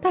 大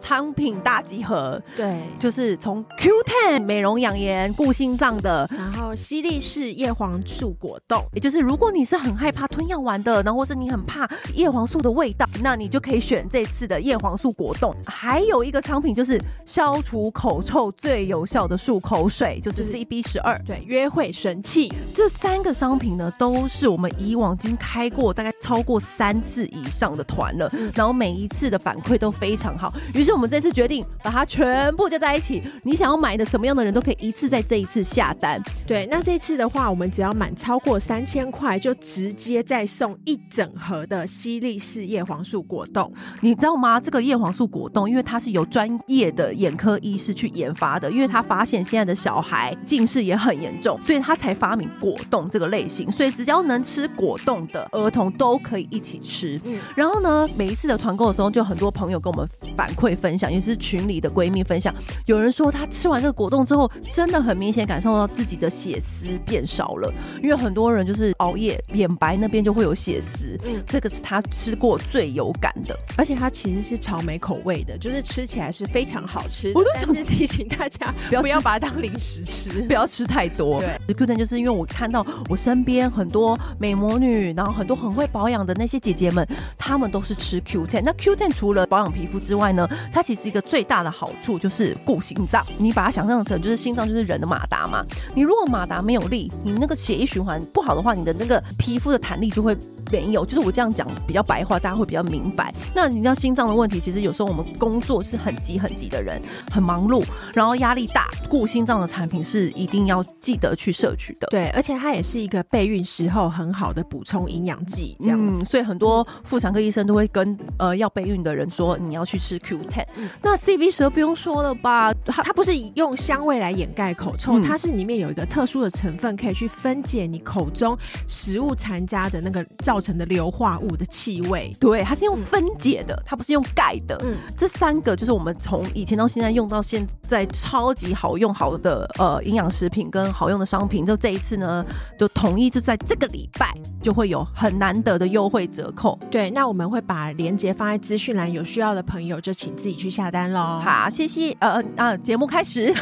商品大集合，对，就是从 Q10 美容养颜顾心脏的。然后西力士叶黄素果冻，也就是，如果你是很害怕吞药丸的，然后或是你很怕叶黄素的味道，那你就可以选这次的叶黄素果冻。还有一个商品就是消除口臭最有效的漱口水，就是就是 CB 十二。对，约会神器，这三个商品呢，都是我们以往已经开过大概超过三次以上的团了，然后每一次的反馈都非常好。于是我们这次决定把它全部加在一起，你想要买的什么样的人都可以一次在这一次下单。对。那这次的话，我们只要满超过三千块，就直接再送一整盒的西力士叶黄素果冻。你知道吗？这个叶黄素果冻，因为它是由专业的眼科医师去研发的，因为他发现现在的小孩近视也很严重，所以他才发明果冻这个类型。所以只要能吃果冻的儿童都可以一起吃。嗯，然后呢，每一次的团购的时候，就很多朋友跟我们反馈分享，也是群里的闺蜜分享，有人说她吃完这个果冻之后，真的很明显感受到自己的血丝变少了，因为很多人就是熬夜，眼白那边就会有血丝，嗯这个是她吃过最有感的。而且它其实是草莓口味的，就是吃起来是非常好吃的。我都但想是提醒大家不要不要吃把它当零食吃不。要吃太多。Q 10就是因为我看到我身边很多美魔女，然后很多很会保养的那些姐姐们，她们都是吃 Q 1 0那 Q 1 0除了保养皮肤之外呢，它其实一个最大的好处就是顾心脏。你把它想象成就是心脏就是人的马达嘛，你如果马达没有力，你那个血液循环不好的话，你的那个皮肤的弹力就会没有。就是我这样讲比较白话，大家会比较明白。那你知道心脏的问题，其实有时候我们工作是很急很急的人，很忙碌，然后压力大，顾心脏的产品是一定要记得去摄取的。对，而且它也是一个备孕时候很好的补充营养剂，这样子。嗯，所以很多妇产科医生都会跟呃要备孕的人说，你要去吃 Q10。那嗯 CV 蛇不用说了吧，它它不是用香味来掩盖口臭，嗯它是里面有一个特殊的成分，可以去分解你口中食物残渣的那个造成的硫化物的气味。对，它是用分解的，它不是用钙的。嗯，这三个就是我们从以前到现在用到现在超级好用好的呃营养食品跟好用的商品，就这一次呢，就统一就在这个礼拜就会有很难得的优惠折扣。对，那我们会把链接放在资讯栏，有需要的朋友就请自己去下单喽。 好，谢谢。呃呃啊，节目开始。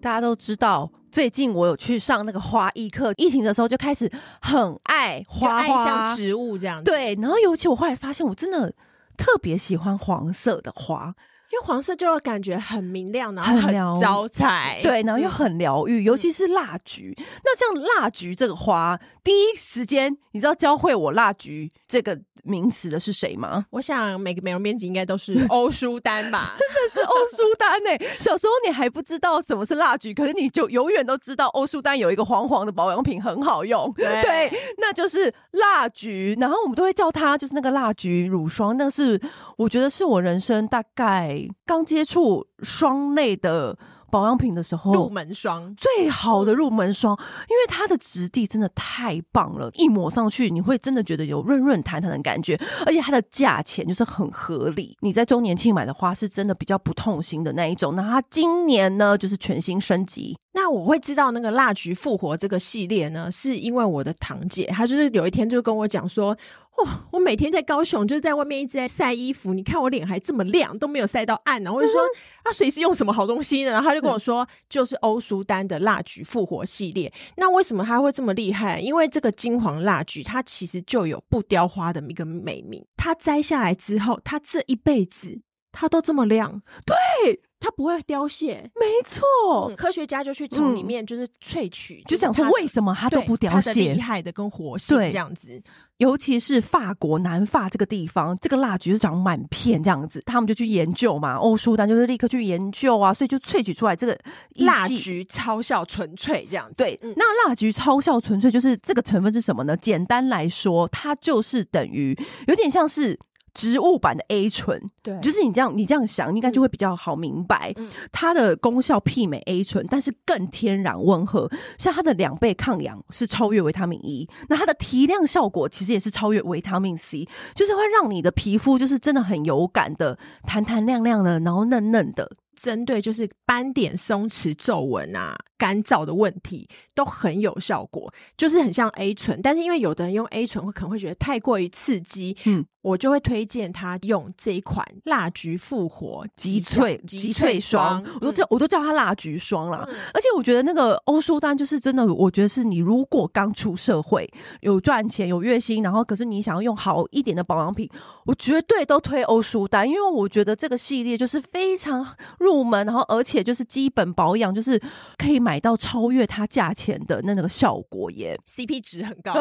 大家都知道，最近我有去上那个花艺课，疫情的时候就开始很爱就花爱花上植物这样子，对，然后尤其我后来发现，我真的特别喜欢黄色的花，因为黄色就感觉很明亮，然后很亮很招财。嗯对，然后又很疗愈，尤其是蜡菊。那像蜡菊这个花，第一时间你知道教会我蜡菊这个名词的是谁吗？我想每个美容编辑应该 都是欧舒丹吧？真的是欧舒丹呢、小时候你还不知道什么是蜡菊，可是你就永远都知道欧舒丹有一个黄黄的保养品很好用。对对，那就是蜡菊，然后我们都会叫它就是那个蜡菊乳霜，那是我觉得是我人生大概刚接触霜类的保养品的时候入门霜，最好的入门霜，因为它的质地真的太棒了，一抹上去你会真的觉得有润润弹弹的感觉，而且它的价钱就是很合理。你在周年庆买的花是真的比较不痛心的那一种。那它今年呢，就是全新升级，那我会知道那个蜡菊复活这个系列呢，是因为我的堂姐，她就是有一天就跟我讲说，哦，我每天在高雄就是在外面一直在晒衣服，你看我脸还这么亮，都没有晒到暗，然后啊我就说，那谁是用什么好东西呢？然后她就跟我说，就是欧舒丹的蜡菊复活系列。那为什么它会这么厉害？因为这个金黄蜡菊，它其实就有不雕花的一个美名，它摘下来之后，它这一辈子它都这么亮，对，它不会凋谢。没错嗯，科学家就去从里面就是萃取，嗯就想是说它为什么它对都不凋它的谢厉，害的跟活性对这样子。尤其是法国南法这个地方，这个蜡菊是长满片这样子，他们就去研究嘛，欧舒丹就是立刻去研究啊，所以就萃取出来这个一蜡系菊超效纯粹这样子，对，嗯那蜡菊超效纯粹就是这个成分是什么呢？简单来说，它就是等于有点像是植物版的 A 醇，对，就是你这样你这样想，应该就会比较好明白。嗯它的功效媲美 A 醇，但是更天然温和，像它的两倍抗氧是超越维他命 E，那它的提亮效果其实也是超越维他命 C，就是会让你的皮肤就是真的很有感的，弹弹亮亮的，然后嫩嫩的。针对就是斑点、松弛、皱纹啊、干燥的问题都很有效果，就是很像 A 醇。但是因为有的人用 A 醇会可能会觉得太过于刺激，嗯，我就会推荐他用这一款蜡菊复活极萃极极萃嗯萃霜，我都这叫我都叫它蜡菊霜啦。嗯而且我觉得那个欧舒丹就是真的，我觉得是你如果刚出社会有赚钱有月薪，然后可是你想要用好一点的保养品，我绝对都推欧舒丹，因为我觉得这个系列就是非常入门，然后而且就是基本保养，就是可以买到超越它价钱的那那个效果耶。 CP 值很 高，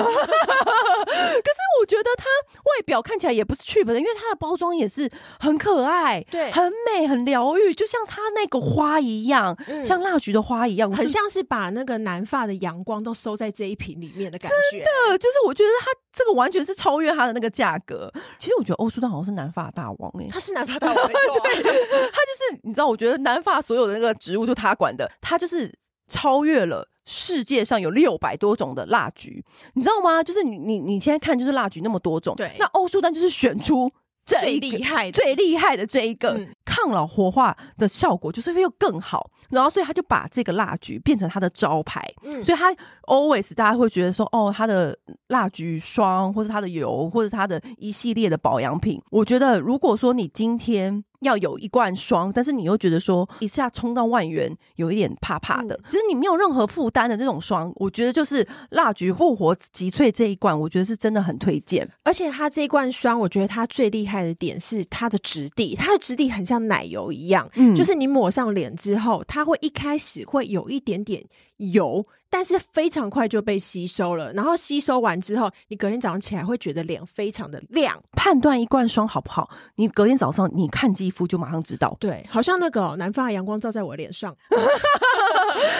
我觉得它外表看起来也不是 cheap 的，因为它的包装也是很可爱，对很美，很疗愈，就像它那个花一样，嗯像蜡菊的花一样，很像。像是把那个南发的阳光都收在这一瓶里面的感觉。呃，就是我觉得它这个完全是超越它的那个价格。其实我觉得欧舒丹好像是南法大王哎、他是南发大王没错啊， 它就是你知道，我觉得南法所有的那个植物就它管的，它就是超越了。世界上有六百多种的蜡菊，你知道吗？就是你你你现在看就是蜡菊那么多种，对那欧舒丹就是选出这 最一个厉害的。最厉害的这一个、嗯抗老活化的效果，就是会又更好。然后所以他就把这个蜡菊变成他的招牌，嗯所以它 always 大家会觉得说，哦，它的蜡菊霜，或是它的油，或是它的一系列的保养品。我觉得，如果说你今天要有一罐霜，但是你又觉得说一下冲到万元，有一点怕怕的，就是你没有任何负担的这种霜，我觉得就是蜡菊复活极萃这一罐，我觉得是真的很推荐。而且它这一罐霜，我觉得它最厉害的点是它的质地，它的质地很像奶油一样，嗯就是你抹上脸之后，它会一开始会有一点点油，但是非常快就被吸收了。然后吸收完之后，你隔天早上起来会觉得脸非常的亮，判断一罐霜好不好，你隔天早上你看肌肤就马上知道。对，好像那个哦、南方的阳光照在我脸上，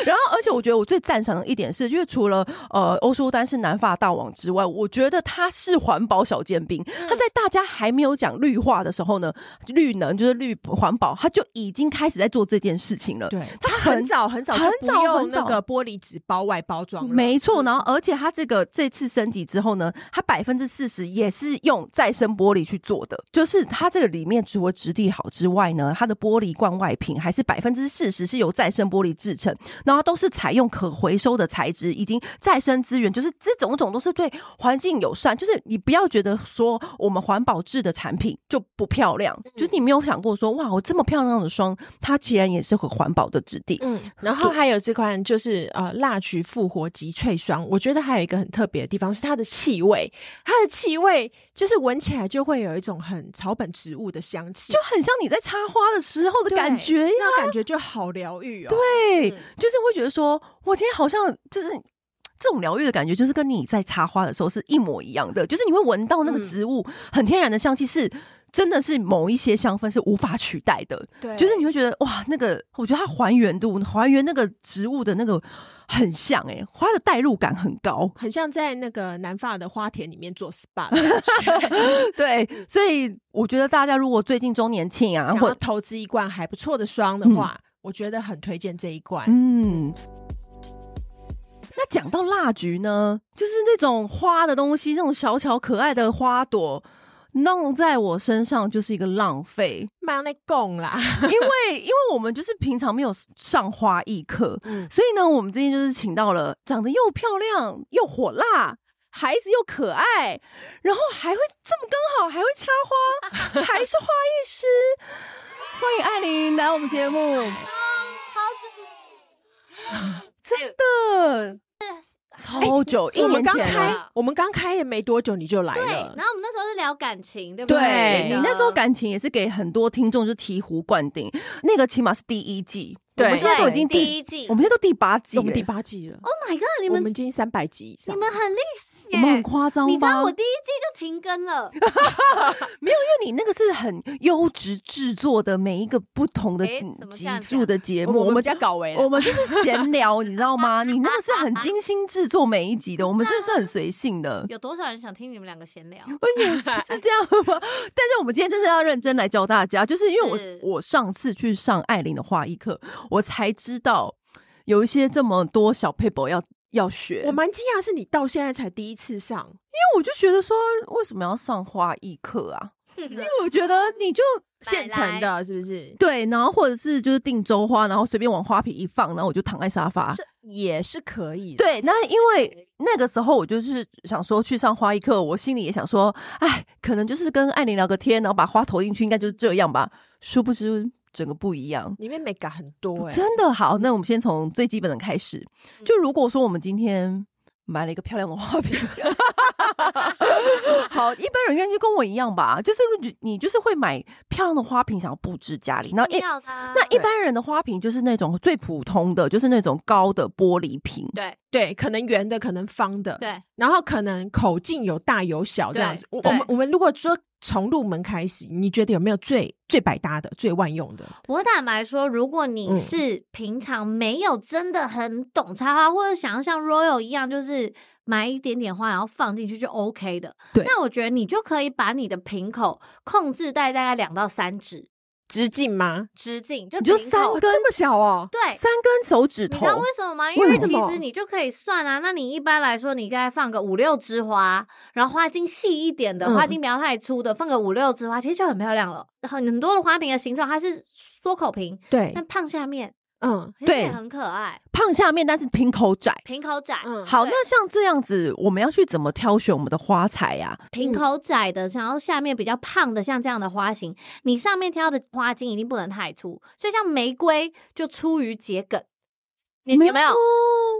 然后，而且我觉得我最赞赏的一点是，因为除了呃欧舒丹是南法大王之外，我觉得他是环保小尖兵。他嗯在大家还没有讲绿化的时候呢，绿能就是绿环保，他就已经开始在做这件事情了。对，他很很早很早就很不早用很那早个玻璃纸包外包装了，嗯没错，然后而且它这个这次升级之后呢，它百分之四十也是用再生玻璃去做的，就是它这个里面除了质地好之外呢，它的玻璃罐外瓶还是百分之四十是由再生玻璃制成，然后都是采用可回收的材质，已经再生资源，就是这种种都是对环境友善。就是你不要觉得说我们环保制的产品就不漂亮，嗯就是你没有想过说哇，我这么漂亮的霜，它既然也是很环保的质地，嗯，然后还有这款就是呃蜡菊复活极萃霜，我觉得还有一个很特别的地方是它的气味，它的气味就是闻起来就会有一种很草本植物的香气，就很像你在插花的时候的对感觉呀。那感觉就好疗愈哦。对，嗯就是会觉得说，我今天好像就是这种疗愈的感觉，就是跟你在插花的时候是一模一样的，就是你会闻到那个嗯植物很天然的香气是，真的是某一些香氛是无法取代的，对，就是你会觉得哇，那个我觉得它还原度，还原那个植物的那个很像哎、欸，花的代入感很高 很像在那个南法的花田里面做 SPA 的感觉对，所以我觉得大家如果最近周年庆啊，嗯想或要投资一罐还不错的霜的话，我觉得很推荐这一罐。嗯，那讲到蜡菊呢，就是那种花的东西，那种小巧可爱的花朵。弄在我身上就是一个浪费， 慢来供啦，因为因为我们就是平常没有上花艺课，嗯，所以呢，我们今天就是请到了长得又漂亮又火辣，孩子又可爱，然后还会这么刚好还会插花，还是花艺师， 欢迎艾琳来我们节目。真的，超久，一我们年刚前开了。，我们刚开业没多久你就来对，了然，后我们那时候是聊感情，对不对对你那时候感情也是给很多听众就醍醐灌顶，那个起码是第一季，对我们现在都已经对第一季我们现在都第八季我们了第。八季了。 ，Oh my god！你我们们已经三百集以上，你们很厉我害，们很夸张吧？你知道我第一季就停更 了，没有，因为你那个是很优质制作的每一个不同的嗯诶怎么集这样啊数的节目，我我们们家搞为我们就是闲聊，你知道吗？你那个是 很精心制作每一集的，我们真的是很随性的。有多少人想听你们两个闲 聊？而且是这样吗？ 但是我们今天真的要认真来教大家，就是因为我是我上次去上艾琳的画艺课，我才知道有一些这么多小 paper 要要学。我蛮惊讶，是你到现在才第一次上，因为我就觉得说，为什么要上花艺课啊？因为我觉得你就 现成的，是不是？对，然后或者是就是订周花，然后随便往花瓶一放，然后我就躺在沙发。是也是可以的，对，那因为那个时候我就是想说去上花艺课，我心里也想说，哎，可能就是跟艾琳聊个天，然后把花投进去，应该就是这样吧。殊不知整个不一样，里面美感很多哎、真的好。那我们先从最基本的开始，嗯就如果说我们今天。买了一个漂亮的花 瓶，好，一般人应该就跟我一样吧，就是你你就是会买漂亮的花瓶，想要布置家里，然后一定要的啊，那一般人的花瓶就是那种最普通的，就是那种高的玻璃瓶，对对，可能圆的，可能方的，对，然后可能口径有大有小这样子。我对我们我们如果说从入门开始，你觉得有没有最最百搭的、最万用的？我坦白说，如果你嗯是平常没有真的很懂插花，或者想要像 Royal 一样，就是买一点点花然后放进去就 OK 的，对那我觉得你就可以把你的瓶口控制在大概两到三指直径吗？直径，就你就瓶三口根这么小哦？对。三根手指你头知，道为什么吗？因为为什其么实你就可以算啊。那你一般来说，你应该放个五六枝花，然后花茎细一点的，嗯花茎不要太粗的，放个五六枝花，其实就很漂亮了。很很多的花瓶的形状，它是缩口瓶，对，但胖下面嗯，其实对也很可爱，胖下面但是瓶口窄。瓶口窄，嗯好，对那像这样子，我们要去怎么挑选我们的花材呀、瓶口窄的，然后下面比较胖的，像这样的花型，你上面挑的花茎一定不能太粗，所以像玫瑰就出于桔梗，你有没有？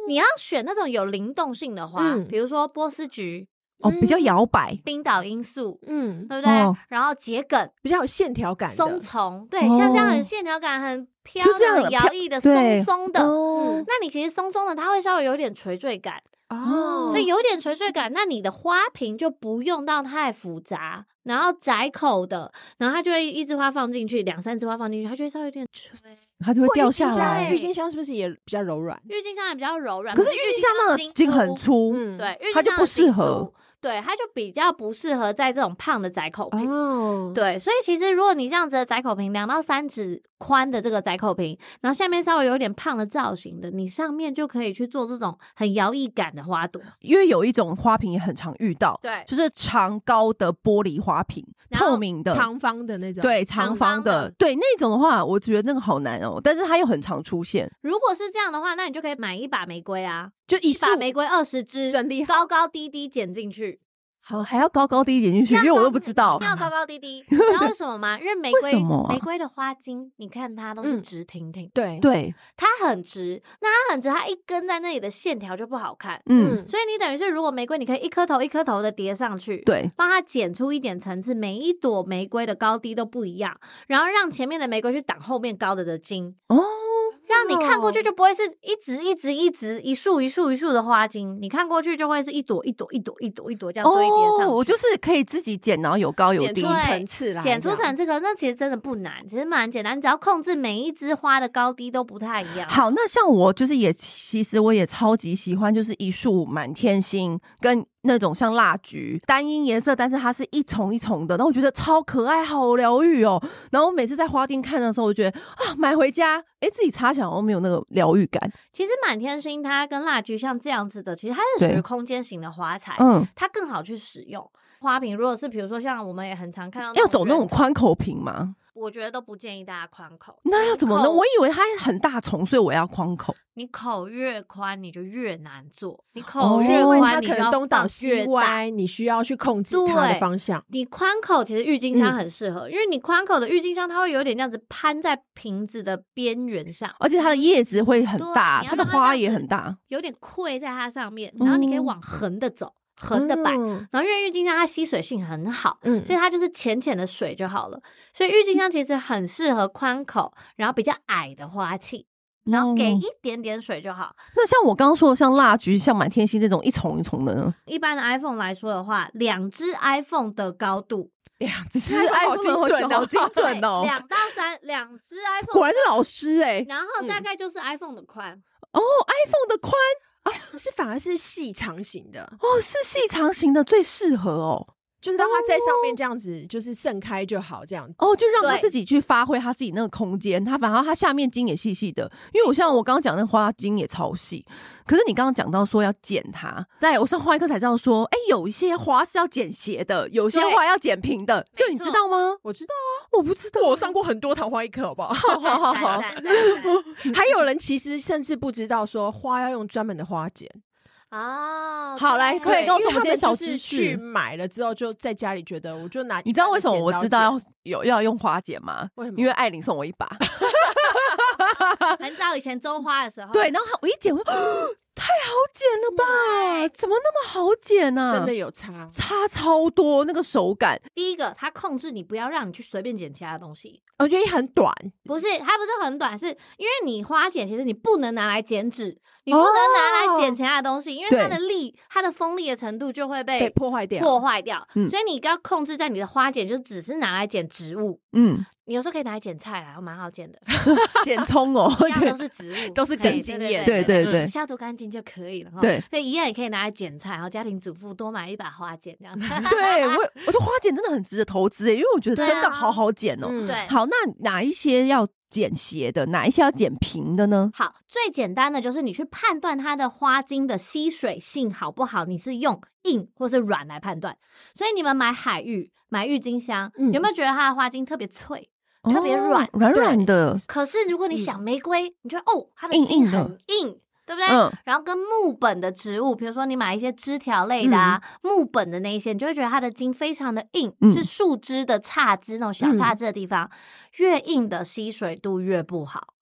你要选那种有灵动性的花，嗯比如说波斯菊、哦，比较摇摆，冰岛罂粟，嗯，对不对？哦然后桔梗、比较有线条感松的，丛，对，哦像这样很线条感、很飘就这样的、的很摇飘曳的、对松松的。嗯哦，那你其实松松的，它会稍微有点垂坠感，哦，嗯所以有点垂坠感，那你的花瓶就不用到太复杂，然后窄口的，然后它就会一枝花放进去，两三枝花放进去，它就会稍微有点垂。它就会或掉郁金下香哎来郁。金香是不是也比较柔软？郁金香也比较柔软，可是郁金香那个茎很粗，粗，嗯，对，郁金它就香不的茎适合粗，对，它就比较不适合在这种胖的窄口瓶。嗯哦，对，所以其实如果你这样子的窄口瓶，两到三指宽的这个窄口瓶，然后下面稍微有点胖的造型的，你上面就可以去做这种很摇曳感的花朵。因为有一种花瓶也很常遇到，对就是长高的玻璃花瓶，然后透明的，长方的那种，，对长长方方的，的对那种的话，我觉得那个好难哦，但是它又很常出现。如果是这样的话，那你就可以买一把玫瑰啊，就一一把束玫瑰二十支，整理好高高低低剪进去，好，还要高高低点进去，因为我都不知道一定。要高高 低低。你知道为什么吗？因为玫为瑰什么啊玫瑰的花茎，你看它都是嗯直挺挺，对，对，它很直，那它很直，它一根在那里的线条就不好看。嗯，所以你等于是，如果玫瑰，你可以一颗头一颗头的叠上去，对，帮它剪出一点层次，每一朵玫瑰的高低都不一样，然后让前面的玫瑰去挡后面高的的茎，哦，这样你看过去就不会是一直一直一直一束一束一束的花茎，你看过去就会是一朵一朵一朵一朵一朵这样堆叠上去。哦，我就是可以自己剪，然后有高有剪低出来。层次来，剪出层次，可是那其实真的不难，其实蛮简单，你只要控制每一枝花的高低都不太一样。好，那像我就是也，其实我也超级喜欢，就是一束满天星跟那种像蜡菊单一颜色，但是它是一丛一丛的，然后我觉得超可爱，好疗愈哦。然后我每次在花店看的时候，我就觉得啊，买回家，哎，自己插起来好像没有那个疗愈感。其实满天星它跟蜡菊像这样子的，其实它是属对于空间型的花材，嗯，它更好去使用。花瓶如果是比如说像我们也很常看到要走那圆种，宽口瓶吗？我觉得都不建议大家宽口。那要怎么呢？口我以为它很大丛，所以我要宽口。你口越宽，你就越难做。你哦口是越因为它宽，你可就能要东倒放西越大。歪，你需要去控制它的对方向。你宽口其实郁金嗯香很适合，因为你宽口的郁金香它会有点这样子攀在瓶子的边缘上，而且它的叶子会很对大，你要它的让它花这样也子很大。有点溃在它上面，然后你可以嗯往横的走，横的摆。哦嗯然后因为郁金香它吸水性很好，嗯所以它就是浅浅的水就好了。所以郁金香其实很适合宽口，然后比较矮的花器。然哦后嗯给一点点水就好。那像我刚刚说的，像蜡菊、像满天星这种一重一重的呢？一般的 iPhone 来说的话，两只 iPhone 的高度，两只只 iPhone 好 iPhone 精准的 好哦，精对 准哦，两到三，两 只 iPhone，果然是老师哎、然后大概就是 iPhone 的 宽，哦，iPhone 的宽是反而是细长型的，哦是细长型的最适合哦就是让它在上面这样子，就是盛开就好，这样。哦，就让他对自己去发挥他自己那个空间，他反而他下面筋也细细的，因为我像我刚刚讲那花筋也超细，可是你刚刚讲到说要剪它，在我上花艺课才知道说，哎、有一些花是要剪斜的，有些对花要剪平的，就你知道吗？我知道，我不知道，我上过很多昙花一课，好不 好？好好好好赞，赞赞 赞还有人其实甚至不知道说花要用专门的花剪，哦，好来对可以对告诉因为我们他这些小就是知去识买了之后，就在家里觉得我就拿，你知道为什么我知道要要有要用花剪吗？为什么？因为艾琳送我一把，很早以前周花的时 候，对，然后我一剪，我就太好剪了吧？怎么那么好剪呢、真的有差，差超多，那个手感第一个，它控制你不要让你去随便剪其他东西，我觉得哦很短，不是它不是很短，是因为你花剪其实你不能拿来剪纸，你不能拿哦来剪其他的东西，因为它的力、它的锋利的程度就会哎被被破坏掉。破坏掉，嗯所以你一定要控制在你的花剪就只是拿来剪植物，嗯，你有时候可以拿来剪菜啦，蛮好剪的，剪葱哦，一样都是 植物，都是嘿根茎叶对对对消毒干净就可以了哈。对所以一样也可以拿来剪菜，然后家庭主妇多买一把花剪这样。 对 我，我觉得花剪真的很值得投资耶，因为我觉得对啊真的好好剪哦。嗯对，好，那哪一些要剪斜的，哪一些要剪平的呢？好，最简单的就是你去判断它的花茎的吸水性好不好，你是用硬或是软来判断。所以你们买海芋、买郁金香，嗯有没有觉得它的花茎特别脆？特别软哦软对软的，可是如果你想玫瑰，你觉得哦，它的嗯硬茎硬的很硬。对不对？嗯然后跟木本的植物，比如说你买一些枝条类的啊，木本的那一些，你就会觉得它的茎非常的硬，嗯是树枝的杈枝那种小杈枝的地方，越硬的吸水度越不好，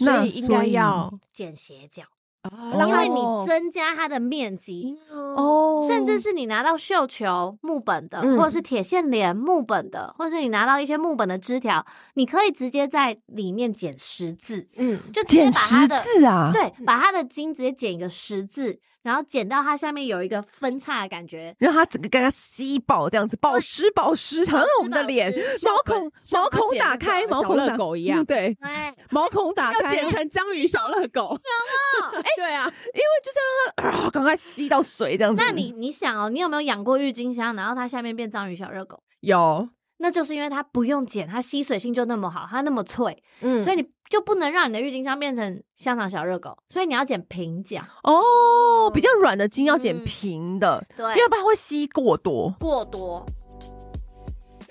那所以应该要，剪斜角，哦让因它为你增加它的面积，哦，甚至是你拿到绣球木本的，嗯或者是铁线莲木本的，或者是你拿到一些木本的枝条，你可以直接在里面剪十字，嗯，就直接剪把它十的字啊，对，把它的茎直接剪一个十字，然后剪到它下面有一个分叉的感觉。让它整个给它吸饱，这样子保湿保湿，好像我们的脸保湿保湿毛孔像毛我们孔剪那打个开，毛小孔乐打狗一样嗯 对，哎对，毛孔打要开，剪成章鱼小乐狗，哎， 对啊，因为就是要让它 啊赶快吸到水这样子。嗯那你你想哦，你有没有养过郁金香，然后它下面变章鱼小热狗？有，那就是因为它不用剪，它吸水性就那么好，它那么脆，嗯所以你就不能让你的郁金香变成香肠小热狗，所以你要剪平角。哦，比较软的筋要剪嗯平的，嗯对要不然会吸过多。过多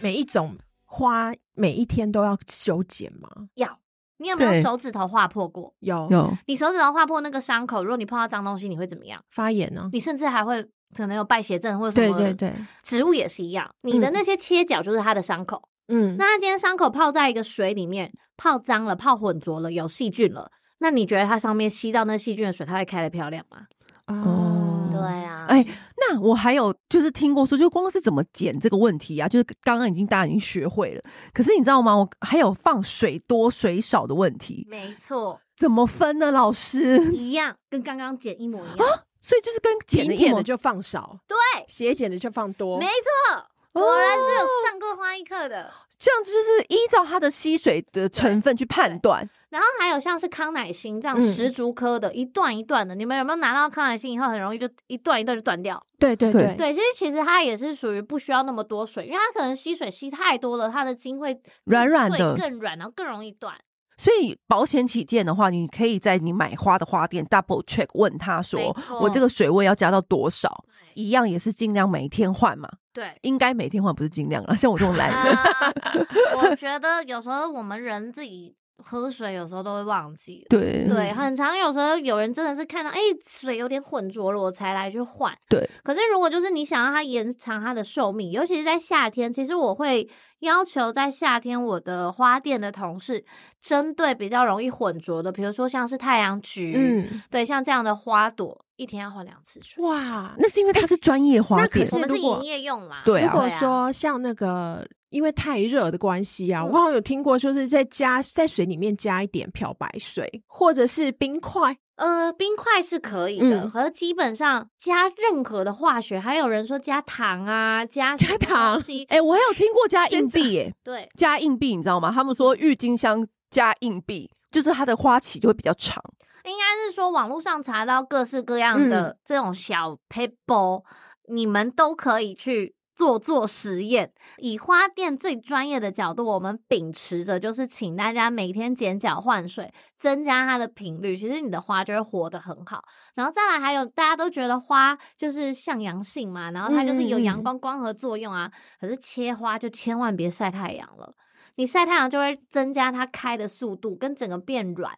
每一种花每一天都要修剪吗？要。你有没有对手指头划破过？有有你手指头划破那个伤口，如果你碰到脏东西，你会怎么样？发炎呢？你甚至还会可能有败血症或者什对么。对，嗯对，植物也是一样，你的那些切角就是它的伤口。嗯，那它今天伤口泡在一个水里面，泡脏了、泡混浊了，有细菌了，那你觉得它上面吸到那细菌的水，它会开的漂亮吗？哦对啊，哎，那我还有就是听过说，就光是怎么剪这个问题啊，就是刚刚已经大家已经学会了，可是你知道吗？我还有放水多水少的问题，没错，怎么分呢？老师， 一样，跟刚刚剪一模一样。所以就是跟剪平的一剪模的就放少，对，斜剪的就放多没，错，果然是哦有上过花艺课的。这样，就是依照它的吸水的成分去判断。然后还有像是康乃馨这样嗯十足科的，一段一段的，你们有没有拿到康乃馨以后很容易就一段一段就断掉？对对对对，其实其实它也是属于不需要那么多水，因为它可能吸水吸太多了，它的茎会软软更的脆更软，然后更容易断。所以保险起见的话，你可以在你买花的花店 double check 问他没说，错我这个水位要加到多少？一样也是尽量每天换嘛，对。应该每天换不是尽量啊， 像我这种懒人，啊 我觉得有时候我们人自己喝水，有时候都会忘记。对嗯对，很常有时候有人真的是看到，哎、水有点混浊了，我才来去换。对，可是如果就是你想让它延长它的寿命，尤其是在夏天，其实我会要求在夏天我的花店的同事针对比较容易混浊的，比如说像是太阳菊，嗯，对，像这样的花朵，一天要换两次水。哇，那是因为它是专业花那可店，是哎我们是如果营业用啦，对啊如果说像那个因为太热的关系啊，嗯我好像有听过，就是在加在水里面加一点漂白水，或者是冰块，呃，冰块是可以的，嗯可是基本上加任何的化学，还有人说加糖啊，加加什么糖东西哎、我还有听过加硬币耶、对，加硬币，你知道吗？他们说郁金香加硬币，就是它的花期就会比较长。应该是说网络上查到各式各样嗯的这种小 paper，、你们都可以去做做实验。以花店最专业的角度，我们秉持着就是请大家每天减角换水，增加它的频率，其实你的花就会活得很好。然后再来还有大家都觉得花就是向阳性嘛，然后它就是嗯有嗯嗯阳光光合作用啊，可是切花就千万别晒太阳了。你晒太阳就会增加它开的速度，跟整个变软。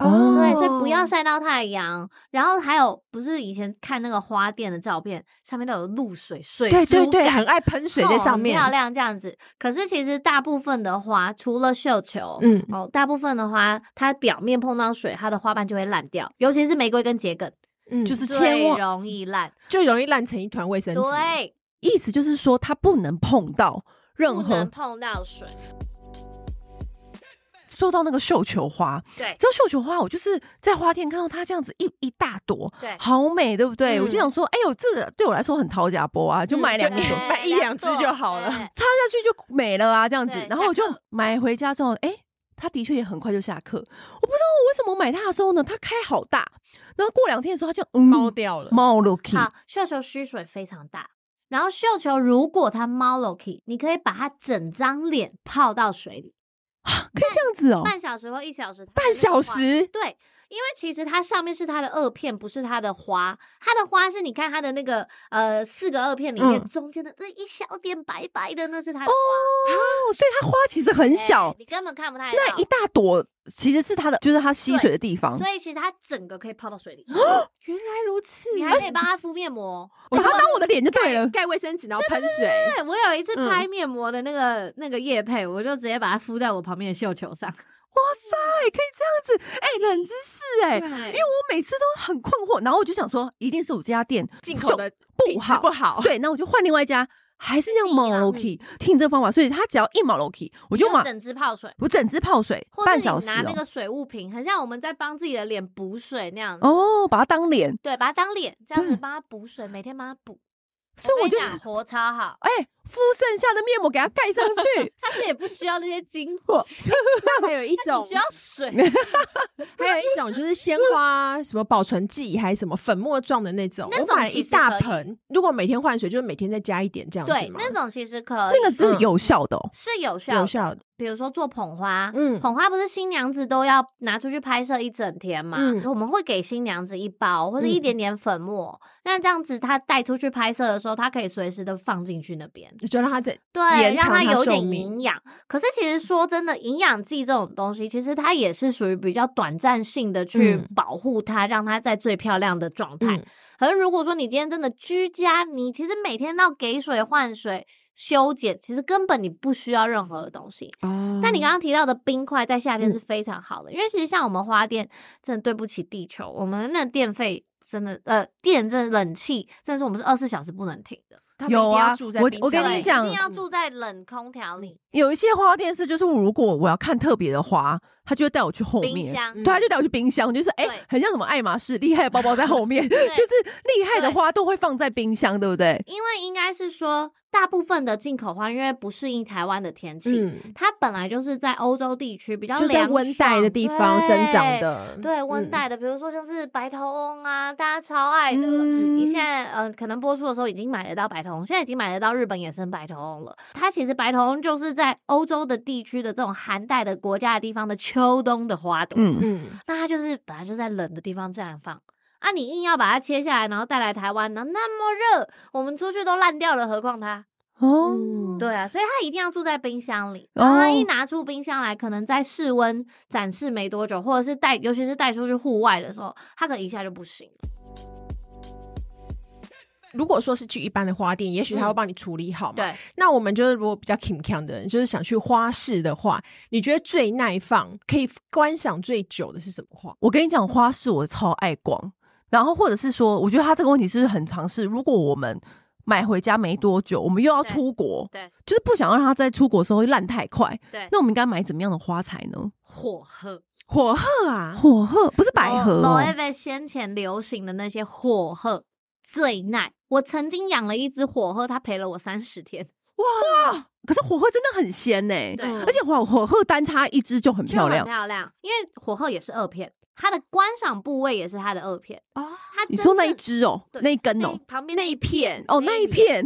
哦对，所以不要晒到太阳。然后还有，不是以前看那个花店的照片，上面都有露水水对对珠对，感很爱喷水在哦上很面，漂亮这样子。可是其实大部分的花，除了绣球，嗯哦，大部分的花它表面碰到水，它的花瓣就会烂掉，尤其是玫瑰跟桔梗，嗯，就是千最万容易烂。就容易烂成一团卫生纸。对，意思就是说，它不能碰到任不能何。碰 到水。说到那个绣球花，对这绣球花，我就是在花店看到它这样子一一大朵，对好美，对不对？嗯我就想说，哎呦，这个对我来说很讨价波啊，就嗯买两就个， 一插买一两只就好了对下去就美了啊，这样子对。然后我就下课买回家之后，哎。它的确也很快就下课，我不知道我为什么买它的时候呢，它开好大，然后过两天的时候它就猫嗯掉了，猫 l o k 好，绣球需水非常大。然后绣球如果它猫 l o k y 你可以把它整张脸泡到水里，可以这样子哦、半小时或一小时它半还是会小化。时，对，因为其实它上面是它的萼片，不是它的花。它的花是你看它的那个呃四个萼片里面、嗯中间的那一小点白白的，那是它的花。哦，所以它花其实很哎小，你根本看不太到。那一大朵其实是它的，就是它吸水的地方。所以其实它整个可以泡到水里，原来如此你还可以帮它敷面膜。把它当我的脸就对了。盖卫生纸然后喷水，对我有一次嗯拍面膜的那个、那个叶配，我就直接把它敷在我旁边的绣球上。哇塞，可以这样子，哎、冷知识哎、对因为我每次都很困惑，然后我就想说，一定是我这家店进口的不品质好，不好，对，那我就换另外一家，还是用一样 m o l o k 听这方法，所以它只要一 m o l o k 我就买，整支泡水，我整支泡水或是半你小时拿那哦、个水雾瓶，很像我们在帮自己的脸补水那样子。哦，把它当脸，对，把它当脸这样子对帮它补水，每天帮它补。所以我跟你就讲活超好，，哎、敷剩下的面膜给它盖上去它是也不需要那 些精华， 那还有一它种只需要水。还有一种就是鲜花什么保存剂，还是什么粉末状的那种，那我种买了其一实大可以盆。如果每天换水，就是每天再加一点这样子对，嘛那种其实可以，那个是嗯有效的、哦。是有效的。有效的。比如说做捧花，嗯捧花不是新娘子都要拿出去拍摄一整天嘛？嗯我们会给新娘子一包或者嗯一点点粉末，那这样子她带出去拍摄的时候，她可以随时的放进去那边。你就让它在对，延让长它它有寿点命营养。可是其实说真的，营养剂这种东西，其实它也是属于比较短暂性的去嗯保护它，让它在最漂亮的状态。嗯可是如果说你今天真的居家，你其实每天要给水、换水、修剪，其实根本你不需要任何的东西。哦但你刚刚提到的冰块在夏嗯天是非常好的，因为其实像我们花店，真的对不起地球，我们那电费真的，呃，电真的冷气，真的是我们是二十四小时不能停的，刚有啊我我跟对你讲一定要住在冷空调里，有一些花店是，就是如果我要看特别的花，他就会带我去后面，冰箱对，嗯他啊就带我去冰箱，就是哎、对很像什么爱马仕，厉害的包包在后面，就是厉害的花都会放在冰箱，对不对？因为应该是说，大部分的进口花因为不适应台湾的天气，嗯，它本来就是在欧洲地区比较就在凉温带的爽地方生长。的对，对温嗯带的，比如说像是白头翁啊，大家超爱的。嗯你现在呃，可能播出的时候已经买得到白头翁，现在已经买得到日本野生白头翁了。它其实白头翁就是在欧洲的地区的这种寒带的国家的地方的秋冬的花朵，嗯，嗯，那它就是本来就在冷的地方绽放。啊，你硬要把它切下来，然后带来台湾，然后那么热，我们出去都烂掉了，何况它？哦，嗯对啊，所以它一定要住在冰箱里。哦然后它一拿出冰箱来，可能在室温展示没多久，或者是带，尤其是带出去户外的时候，它可能一下就不行了。如果说是去一般的花店，也许他会嗯帮你处理好嘛。对，那我们就是如果比较 king k 的人，就是想去花市的话，你觉得最耐放、可以观赏最久的是什么花？我跟你讲，花市我超爱逛，然后或者是说，我觉得他这个问题是不是很尝试。如果我们买回家没多久，我们又要对出国，对就是不想让它在出国的时候烂太快。对，那我们应该买怎么样的花材呢？火鹤、火鹤啊，火鹤不是百合老哦、艾薇先前流行的那些火鹤最耐。我曾经养了一只火鹤，它陪了我三十天，可是火鹤真的很鲜呢、对嗯而且火火鹤单插一只就很漂就很亮。漂亮。因为火鹤也是二片，它的观赏部位也是它的二片。啊它哦你真说那一正只哦、对那一根哦、那旁边那一片哦，那那一一片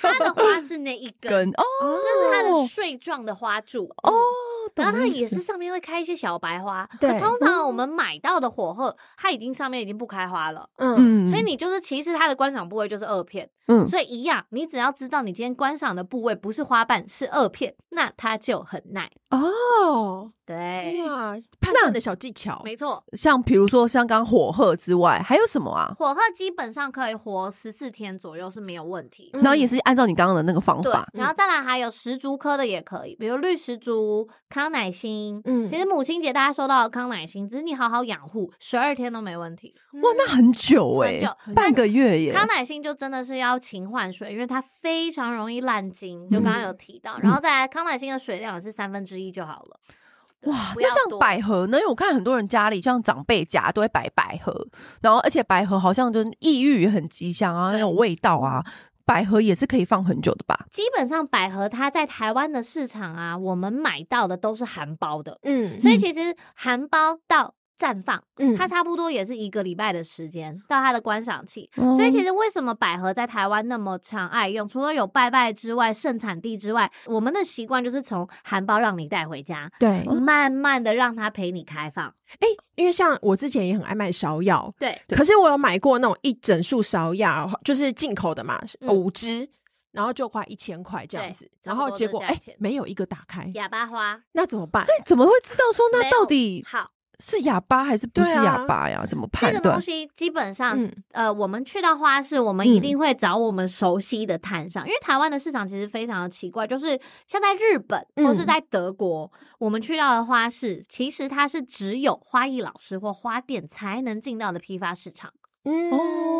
它的花 是那一根，根哦，那是它的穗状的花柱嗯哦。懂然后它意也思哦是上面会开一些小白花，对可通常我们买到的火鹤，它已经上面已经不开花了，嗯，嗯所以你就是其实它的观赏部位就是二片，嗯所以一样，你只要知道你今天观赏的部位不是花瓣是二片，那它就很耐。嗯哦，哎对，呀，判断的小技巧，没错，像比如说像刚火鹤之外，还有什么啊？火鹤基本上可以活十四天左右是没有问题。嗯然后也是按照你刚刚的那个方对法，，然后再来还有石竹科的也可以，比如绿石竹、康乃馨。嗯其实母亲节大家收到的康乃馨，只是你好好养护，十二天都没问题。哇，那很久哎、很久半个月耶。康乃馨就真的是要勤换水，因为它非常容易烂茎，就刚刚嗯有提到。然后再来，康乃馨的水量也是三分之一就好了。对哇，不要那像多百合呢？因为我看很多人家里，像长辈家都会摆百合，然后而且百合好像就是抑郁也很吉祥啊，那对种味道啊，百合也是可以放很久的吧？基本上百合它在台湾的市场啊，我们买到的都是含苞的，嗯所以其实含苞到绽放，嗯它差不多也是一个礼拜的时间到它的观赏期。所所以其实为什么百合在台湾那么常爱用，除了有拜拜之外，盛产地之外，我们的习惯就是从含苞让你带回家，对哦慢慢的让它陪你开放。哎，因为像我之前也很爱卖芍药，对，可是我有买过那种一整束芍药，就是进口的嘛，嗯五支，然后就花一千块这样对子，差然不后多结这果价哎钱没有一个打开，哑巴花那怎么办？哎怎么会知道说那没到有底好，是哑巴还是不是对啊哑巴呀？怎么判这个断东？西基本上、嗯呃，我们去到花市，我们一嗯定会找我们熟悉的摊商，因为台湾的市场其实非常的奇怪，就是像在日本嗯或是在德国，我们去到的花市，其实它是只有花艺老师或花店才能进到的批发市场，嗯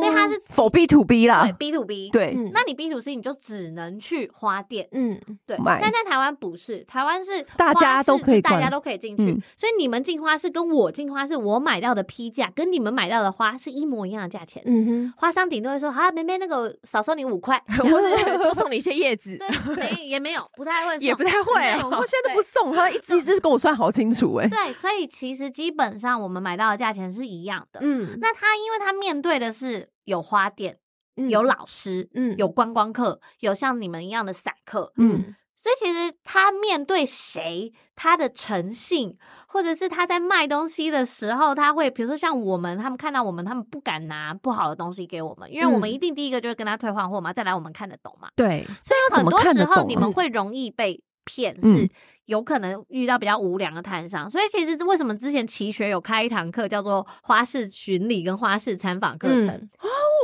所以它是哦否 B to B 对啦， B to B。啊对，嗯那你 B to C 你就只能去花店，嗯对，买但在台湾不是，台湾是大家花市都可以是大逛家都可以进去，嗯所以你们进花市跟我进花市，我买到的批价跟你们买到的花是一模一样的价钱。嗯 哼，花商顶多会说啊，妹妹那个少收你 五块，或者多送你一些叶子， 对，没也没有，不太会送，也不太会哎啊我现在都不送，他一只一只跟我算好清楚哎。对，所以其实基本上我们买到的价钱是一样的。嗯，那他因为他面对的是有花店、嗯有老师、嗯有观光客、有像你们一样的散客，嗯所以其实他面对谁，他的诚信，或者是他在卖东西的时候，他会比如说像我们，他们看到我们，他们不敢拿不好的东西给我们，因为我们嗯一定第一个就会跟他退换货嘛，再来我们看得懂嘛。对，所以要怎很么多看时得候懂你啊们会容易被骗，嗯是有可能遇到比较无良的摊商。所以其实为什么之前奇学有开一堂课叫做花市巡礼跟花市参访课程？嗯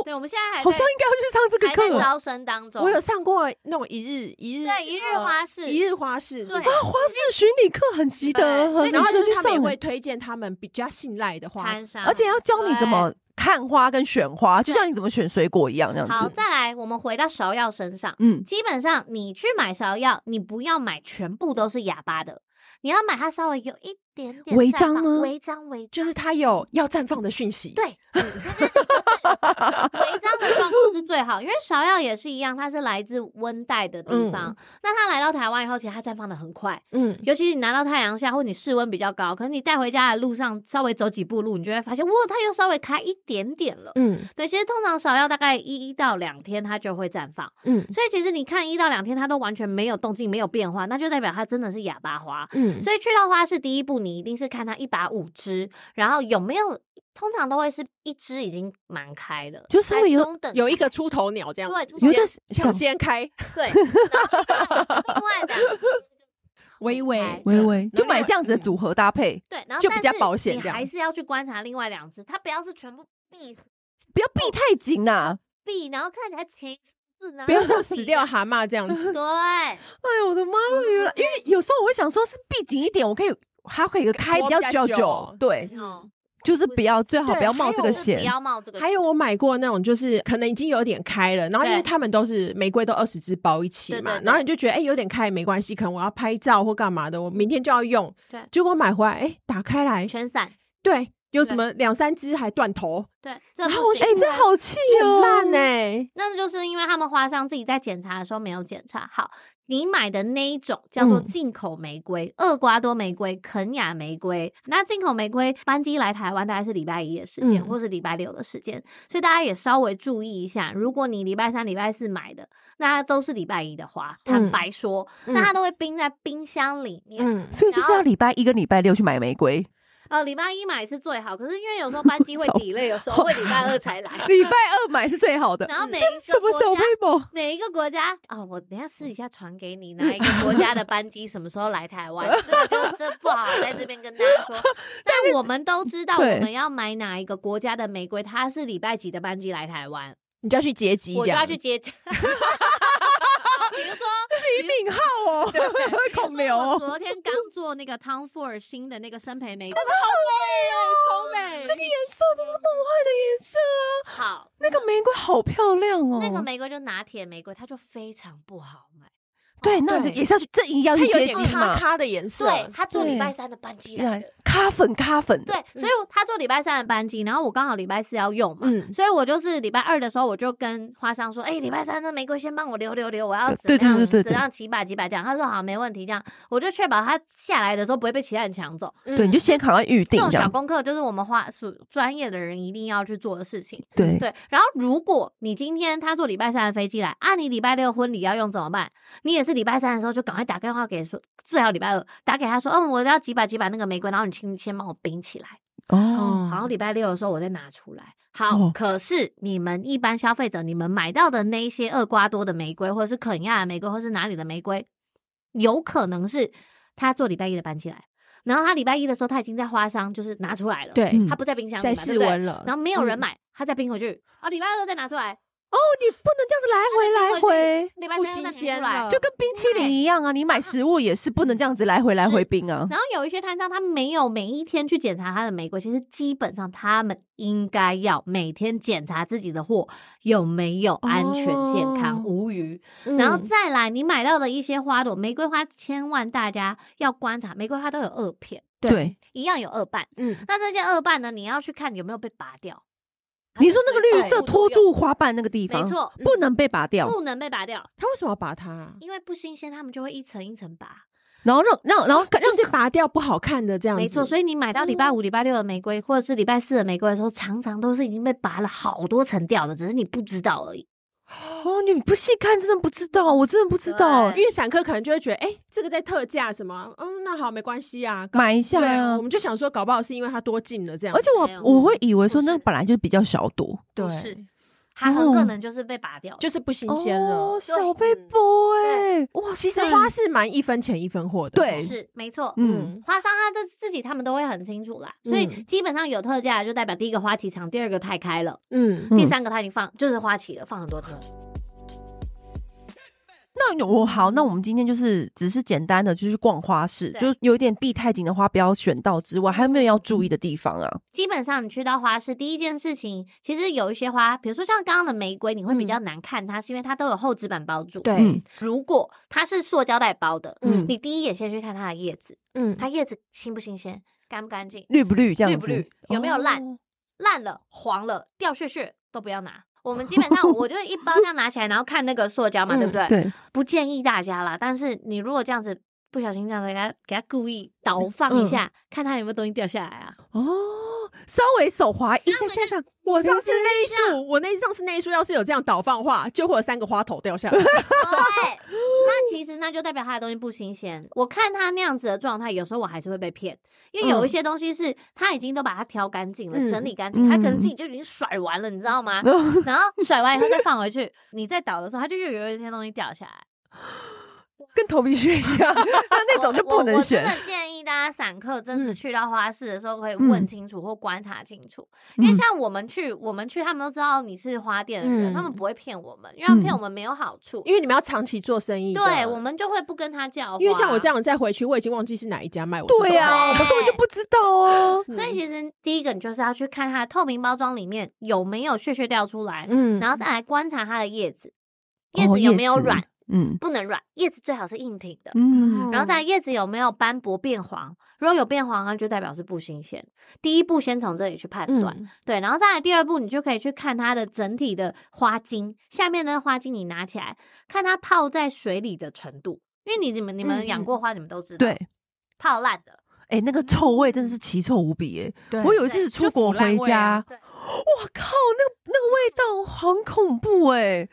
对，我们现在还好像在应该要去上这个还在课啊！招生当中。我有上过那种一日一日对一日呃花市一日花市对这种。花式巡礼课很值对得，所很以值然后就得去是他们也上欸会，推荐他们比较信赖的花，摊商，而且要教你怎么看花跟选花，就对像你怎么选水果一样，这样好，子。再来，我们回到芍药身上。嗯，基本上，你去买芍药，你不要买全部都是哑巴的，你要买它稍微有一点点违绽章放吗违章，违章就是它有要绽放的讯息。对，嗯其实你就是违章的状况是最好，因为芍药也是一样，它是来自温带的地方。那它来到台湾以后，其实它绽放的很快，嗯，尤其是你拿到太阳下，或你室温比较高，可是你带回家的路上稍微走几步路，你就会发现，哇，它又稍微开一点点了。嗯对，其实通常芍药大概一一到两天它就会绽放，嗯所以其实你看一到两天它都完全没有动静、没有变化，那就代表它真的是哑巴花。嗯，所以去到花市第一步，你一定是看它一把五支，然后有没有，通常都会是一支已经蛮开了，就稍微有还中等有一个出头鸟这样，对有有的的嗯抢想先开， 对，然后另外的微哎微微微对就买这样子的组合搭配，对，然后就比但较是保险你这样还是要去观察另外两只，它不要是全部闭不要避太紧呐！闭，然后看起来情是呢，不要 像死掉蛤蟆这样子。啊对，哎呦我的妈呀！因为有时候我会想说是闭紧一点，我可以还可以开比较活比较久，久对，哦，就是不要最好对不要冒这个不险。要冒这个还险。有我买过那种，就是可能已经有点开了，然后因为对他们都是玫瑰都二十支包一起对嘛对，对然后你就觉得哎、有点开没关系，可能我要拍照或干嘛的，我明天就要用。对结果买回来哎、打开来，全散，对，有什对么两三支还断头，对，这然不后我行哎、这好气哦、很烂哎、那就是因为他们花商自己在检查的时候没有检查好。你买的那一种叫做嗯进口玫瑰、厄瓜多玫瑰、肯雅玫瑰。那进口玫瑰班机来台湾大概是礼拜一的时间，嗯或是礼拜六的时间，所以大家也稍微注意一下。如果你礼拜三、礼拜四买的，那都是礼拜一的花。坦嗯白说，嗯那它都会冰在冰箱里面。嗯，所以就是要礼拜一跟礼拜六去买玫瑰，呃，礼拜一买是最好，可是因为有时候班 机会小 delay，有时候会礼拜二才来。 礼拜二买是最好的。然后每一这是什个么国小家 paper？每一个国家啊、我等一下私底下传给你，哪一个国家的班机什么时候来台湾？这个就这不好在这边跟大 家说。但我们都知道，我对们要买哪一个国家的玫瑰，它是礼拜几的班机来台湾，你就要去结集，我就要去接。 好比如 说，李敏镐哦， 孔比如刘说我哦，昨天刚做那个 Tom Ford 新的那个生培玫 瑰，超美，哦那个颜色就是梦幻的颜色啊，好，那个玫瑰好漂亮哦。那个玫瑰就拿铁玫瑰，它就非常不好买。对，那对也是要去，这一定要它去有接点机咖嘛。咖的颜色，啊对，它做礼对拜三的班机来对的。咖粉咖粉的，对，所以他做礼拜三的班机，然后我刚好礼拜四要用嘛，嗯所以我就是礼拜二的时候，我就跟花商说，哎、礼拜三的玫瑰先帮我留留留，我要呃怎么对样对对对怎么样几百几百这样。他说好，没问题，这样我就确保他下来的时候不会被其他人抢走。嗯对，你就先赶快预这定种这小样。功课就是我们花属专业的人一定要去做的事情。对，对，然后如果你今天他坐礼拜三的飞机来，啊，你礼拜六婚礼要用怎么办？你也是礼拜三的时候就赶快打电话给说，最好礼拜二打给他说，嗯，我要几百几百那个玫瑰，然后你请你先帮我冰起来。哦，好嗯像礼拜六的时候我再拿出来。好，哦可是你们一般消费者，你们买到的那一些厄瓜多的玫瑰，或者是肯亚的玫瑰，或是哪里的玫瑰，有可能是他做礼拜一的搬起来，然后他礼拜一的时候他已经在花商就是拿出来了，，对，嗯他不在冰箱里嘛，在对室不对温了，嗯然后没有人买，他再冰回去，啊，礼拜二再拿出来，你不能这样子来那回来就冰回，礼拜不三再新拿鲜出来了。就跟冰淇淋一样啊。你买食物也是不能这样子来回来回冰啊。然后有一些摊商，他没有每一天去检查他的玫瑰，其实基本上他们应该要每天检查自己的货有没有安全、健康、哦无虞。嗯然后再来，你买到的一些花朵，玫瑰花千万大家要观察，玫瑰花都有萼片，对，一样有萼瓣。嗯，那这些萼瓣呢，你要去看有没有被拔掉。你说那个绿色拖住花瓣那个地没方，错，嗯不能被拔掉，不能被拔掉，他为什么要拔它啊？因为不新鲜，他们就会一层一层拔。然后让让然后让就是拔掉不好看的这样子，没错，所以以你买到礼拜五、礼拜六的玫瑰，或者是礼拜四的玫瑰的时候，常常都是已经被拔了好多层掉的，只是你不知道而已。哦，你不细看真的不知道，我真的不知道对，因为散客可能就会觉得，哎、这个在特价什么，嗯，那好，没关系啊，搞买一下对啊我。们就想说，搞不好是因为它多进了这样，而且没有我我会以为说那不是本来就比较小朵，不对哦是嗯它很可能就是被拔掉了，就是不新鲜了。嗯哦，对小背波哎，哇，其实塞花是蛮一分钱一分货的，对是没错。嗯，花商他自自己他们都会很清楚啦，所以嗯基本上有特价就代表第一个花期长，第二个太开了，嗯，第嗯三个他已经放就是花期了，放很多天了。那我好，那我们今天就是只是简单的就是逛花市，对嗯就有一点避太紧的花不要选到之外，还有没有要注意的地方啊？基本上你去到花市，第一件事情，其实有一些花，比如说像刚刚的玫瑰，你会比较难看它，是因为它都有厚纸板包住。嗯对，嗯如果它是塑胶袋包的，嗯你第一眼先去看它的叶子，嗯，它叶子新不新鲜，干不干净，绿不绿这绿样不子？绿，有没有烂，哦烂了、黄了、掉屑屑都不要拿。我们基本上我就一包这样拿起来，然后看那个塑胶嘛，嗯对不对？对，不建议大家啦，但是你如果这样子不小心这样子给它给它故意倒嗯放一下，看它有没有东西掉下来啊。哦，稍微手滑一下下下，我上次那一束，我那上次那一束要是有这样倒放的话，就会有三个花头掉下 来。对， 那其实那就代表他的东西不新鲜。我看他那样子的状态，有时候我还是会被骗，因为有一些东西是他已经都把它挑干净了、嗯整理干净，他可能嗯自己就已经甩完了，你知道吗？ 哦然后甩完以后再放回去，你再倒的时候，它就又有一些东西掉下来。跟头皮屑一 样，那那种就我不能选我。真的建议大家散客真的嗯去到花市的时候，可以嗯问清楚或观察清楚，因为嗯像我们去，我们去，他们都知道你是花店的人，嗯他们不会骗我们，因为他们骗嗯我们没有好处。因为你们要长期做生意的，对，我们就会不跟他叫花。因为像我这样再回去，我已经忘记是哪一家卖我这种的。对啊呀、对我们根本就不知道啊哦、所以其实第一个你就是要去看它的透明包装里面有没有屑屑掉出来，嗯然后再来观察它的叶子，叶哦子有没有叶子软，嗯不能软，叶子最好是硬挺的。嗯，然后再来叶子有没有斑驳变黄，如果有变黄，它就代表是不新鲜。第一步先从这里去判断，嗯对，然后再来第二步，你就可以去看它的整体的花茎，下面的花茎你拿起来看它泡在水里的程度，因为你你们你嗯们养嗯过花，你们都知道，对，泡烂的，哎、那个臭味真的是奇臭无比哎、对我有一次对出国回就腐烂味家啊，对，哇靠，那个那个味道很恐怖哎、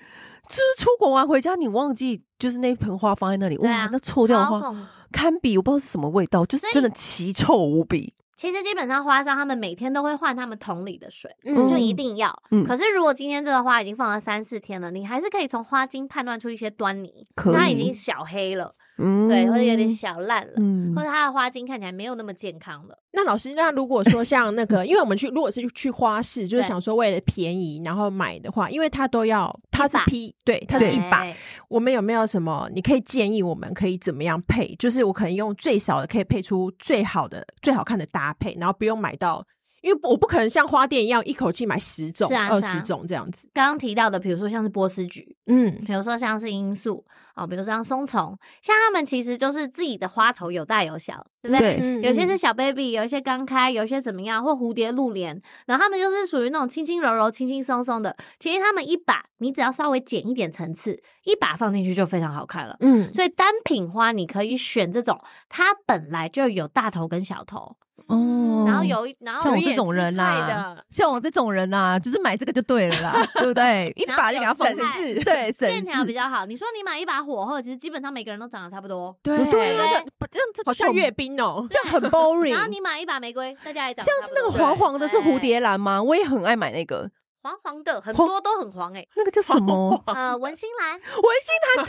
就是出国完回家，你忘记就是那盆花放在那里，对哇啊，那臭掉的超花恐怖堪比，我不知道是什么味道，就是所以真的奇臭无比。其实基本上花商他们每天都会换他们桶里的水，嗯就一定要。嗯可是如果今天这个花已经放了三四天了，你还是可以从花茎判断出一些端倪，可它以已经小黑了，嗯对，或者有点小烂了，嗯或者它的花茎看起来没有那么健康了。那老师，那如果说像那 个，因为我们去如果是去花市，就是对想说为了便宜然后买的话，因为它都要它是把批，对，它是一把。对我们有没有什么你可以建议我们可以怎么样配？就是我可能用最少的可以配出最好的、最好看的搭配，然后不用买到，因为我不可能像花店一样一口气买十种、是啊二是十啊种这样子。刚刚提到的，比如说像是波斯菊，嗯比如说像是罂粟啊，比如说像松虫，像它们其实就是自己的花头有大有小，对不对？对，嗯有些是嗯小 baby，有一些刚开，有一些怎么样，或蝴蝶露莲，然后他们就是属于那种轻轻柔柔、轻轻松松的。其实他们一把，你只要稍微剪一点层次，一把放进去就非常好看了。嗯所以单品花你可以选这种，它本来就有大头跟小头，哦然后有一然后像我有一这种人啊啦、有野鸡派的像我这种人啦、就是买这个就对了 啦，对不对？一把就给它放进然后去，有对，省线条事比较好。你说你买一把火鹤，其实基本上每个人都长得差不多。对不对啊？对这样不这样这好像就很阅兵哦、这样很 然后 boring。你买一把玫瑰，大家也长像得差是不那多个黄对黄的是蝴哎蝶兰吗？我也很爱买那个，黄黄的，很黄多都很黄哎、那个叫 什么？呃，文心兰，文心兰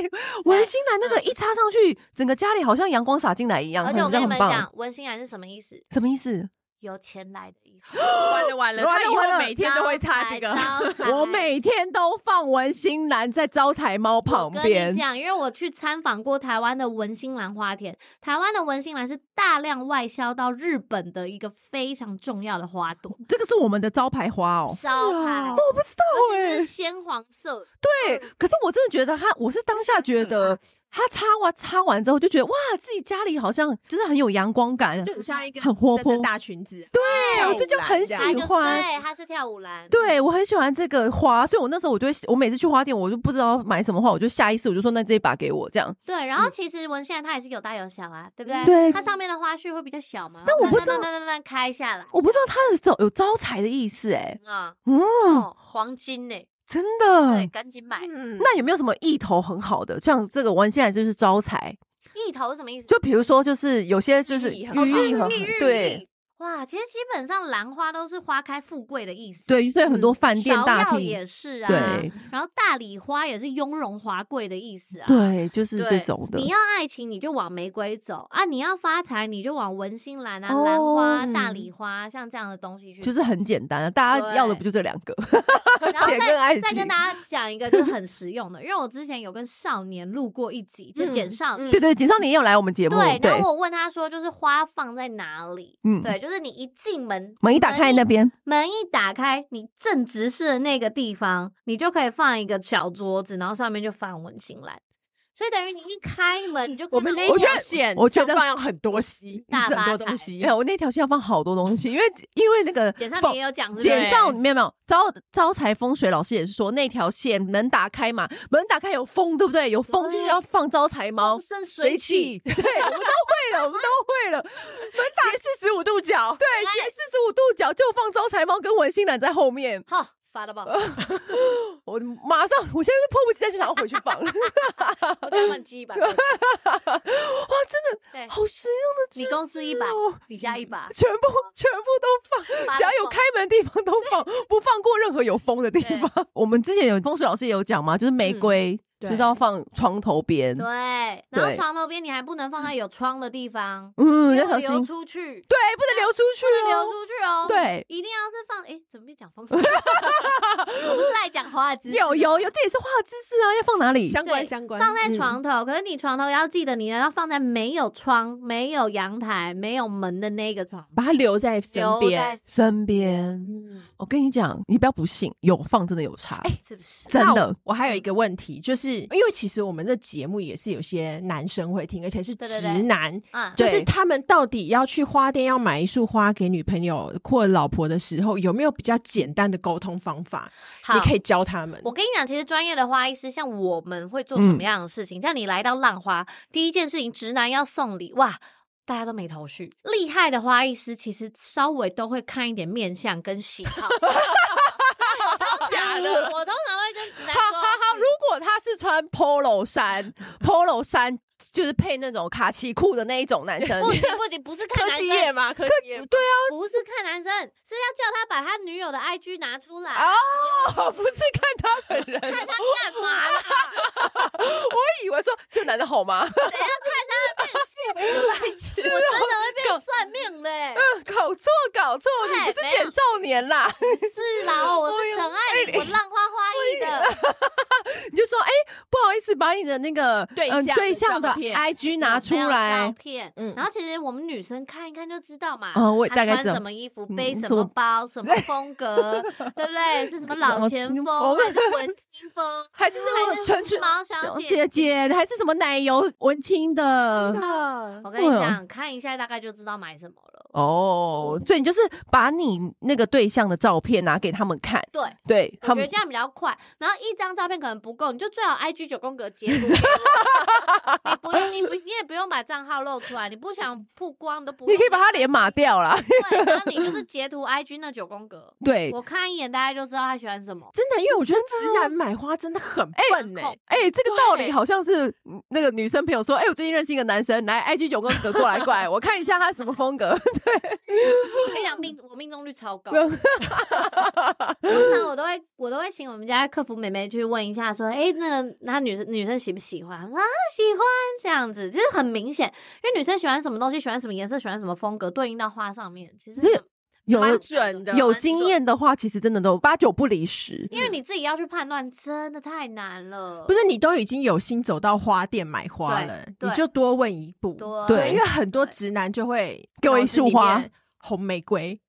对不对？文心兰那个一插上去，整个家里好像阳光洒进来一样，嗯而且我这跟样你很们棒。讲，文心兰是什么意思？什么意思？有钱来的意 思。完了完了，完了他以后完了每天都会擦这个。 招财。我每天都放文心兰在招财猫旁我跟边你，讲，因为我去参访过台湾的文心兰花田，台湾的文心兰是大量外销到日本的一个非常重要的花朵，这个是我们的招牌花哦。招牌哦我不知道哎、是鲜黄色，对，可是我真的觉得他，我是当下觉得他插完插完之后，就觉得哇，自己家里好像就是很有阳光感，就很像一个很活女生的泼大裙子，对，我是就很喜跳舞它兰就是欢。对，它是跳舞兰，，对，我很喜欢这个花，所以我那时候我就会，我每次去花店，我就不知道买什么花，我就下意识我就说那这一把给我这样，对。然后其实文心兰它也是有大有小啊，对不对？嗯对它上面的花絮会比较小嘛，但我不知道慢慢慢慢慢慢开下来我不知道它的招有招财的意思哎、啊，嗯，哦，黄金呢？真对，的。赶紧买。嗯，那有没有什么意头很好的？像这个，我现在就是招财，意头是什么意思？就比如说就是有些就是寓意寓很好意很日日对历。哇，其实基本上兰花都是花开富贵的意思。对，所以很多嗯饭店芍大药厅也是啊，对然后大理花也是雍容华贵的意思啊。对，就是对。这种的你。要爱情，你就往玫瑰走啊；你要发财，你就往文心兰啊、哦兰花、大嗯理花，像这样的东西去。就是很简单啊，大家对要的不就这两个？然 后钱跟爱再再情跟大家讲一个就是很实用的，因为我之前有跟少年录过一集，就嗯简少年。嗯对对，锦上你也有来我们节目，对，对然，后我问他说，就是花放在哪里？嗯，对，就是你一进门，门一打开那边，门一打开，你正直视的那个地方，你就可以放一个小桌子，然后上面就放文青兰。所以等于你一开门，你就我看们到哎那哇一条觉得线，我觉得放有很多西，大很多发东财西没。哎有，我那条线要放好多东西，因为因为那个简上放你也有讲，简对少不对没有没有招招财风水老师也是说那条线门打开嘛，门打开有风对不对？有风就是对要放招财猫风。生水起，，对，我们都会了，我们都会了。门打斜四十五度角，对斜四十五度角就放招财猫跟文心兰在后面，好 发了吧？我马上我现在就迫不及待就想要回去放了。 我再换鸡一把，对哇，真的好实用的你公司一把哦，你家一把，全部全部 都发放，了只要有开门的地方 嗯都放，不放过任何有风的地方。我们之前有风水老师也有讲嘛，就是玫瑰就是要放窗头边。对，然后嗯对床头边你还不能放在有窗的地方，嗯，因为要会小心，对，流不出去，能流出去不能流哦。出去嗯哦。，对，一定要是放，哎，怎么变讲风水？ 我不是来讲华尔兹，有有有，这也是画知识啊，要放哪里？相关对相关嗯放在床头，可是你床头要记得，你要放在没有窗、没有阳台、没有门的那个床，把它留在身留边。在身边，嗯，我跟你讲，你不要不信，有放真的有差。是不是？真那的我，我还有一个问题，就是因为其实我们这节目也是有些男生会听，而且是对对直对男，啊，对就是他们到底要去花店要买一束花给女朋友或老婆的时候，有没有比较简单的沟通方法？好，你可以教他们。我跟你讲，其实专业的花艺师像我们会做嗯什么样的事情？像你来到浪花，第一件事情，直男要送礼，哇，大家都没头绪。厉害的花艺师其实稍微都会看一点面相跟喜好。 假假的我通常会跟直男好说，好好，如果他是穿 polo 衫，polo 衫就是配那种卡其裤的那一种男生，不行不行，不是看科男技生，业哦吗？科技业不是看男生，是要叫他把他女友的 IG 拿出来，啊哦，不是看他本人，看他干嘛 啦？我以为说这男的好吗？谁要看他变性？我真的会变算命的、欸，搞错搞错，你哎不是没有简少年啦？ 是啦，我哎是陈爱玲，我浪花花艺的，你就说，哎，不好意思，把你的那个对嗯象对的象的照片 IG 拿出嗯没有照来，片。嗯然后其实我们女生看一看就知道嘛，哦我她大概穿知道什么衣服，嗯背什什么么包，什么风格，对不对？是什么老前老前锋还是文青风，还是 那还种是纯时纯髦小姐姐姐，还是什么奶油文青的？的我跟你嗯讲，看一下大概就知道买什么了。哦，所以你就是把你那个对象的照片拿给他们看，对，对我他觉们得这样比较快。然后一张照片可能不够，你就最好 IG 九宫格截图给我。你 不用，你不，你也不用把账号露出来，你不想曝光你都不用。你可以把他脸码掉啦。对，然后你 就是截图 IG 那九宫格，对，我看一眼大概就知道他喜欢什么。 真的，因为我觉得直男买花真的哦很笨欸呢、很恐哎、这个道理对好像是嗯那个女生朋友说，哎、我最近认识一个男生，来 IG 九宫格过来过来，我看一下他什么风格。我跟你讲，命我命中率超高。通 常我都会我都会请我们家客服妹妹去问一下，说，哎、那个那女生女生喜不喜欢啊？喜欢这样子，就是很明显，因为女生喜欢什么东西，喜欢什么颜色，喜欢什么风格，对应到花上面，其实所以很有蛮准的有蛮经准验的话，其实真的都八九不离 十。因为你自己要去判断，真的太难了。不是你都已经有心走到花店买花对了，对你就多问一步。对因为很多直男就会给我一束花脑子里面红玫瑰，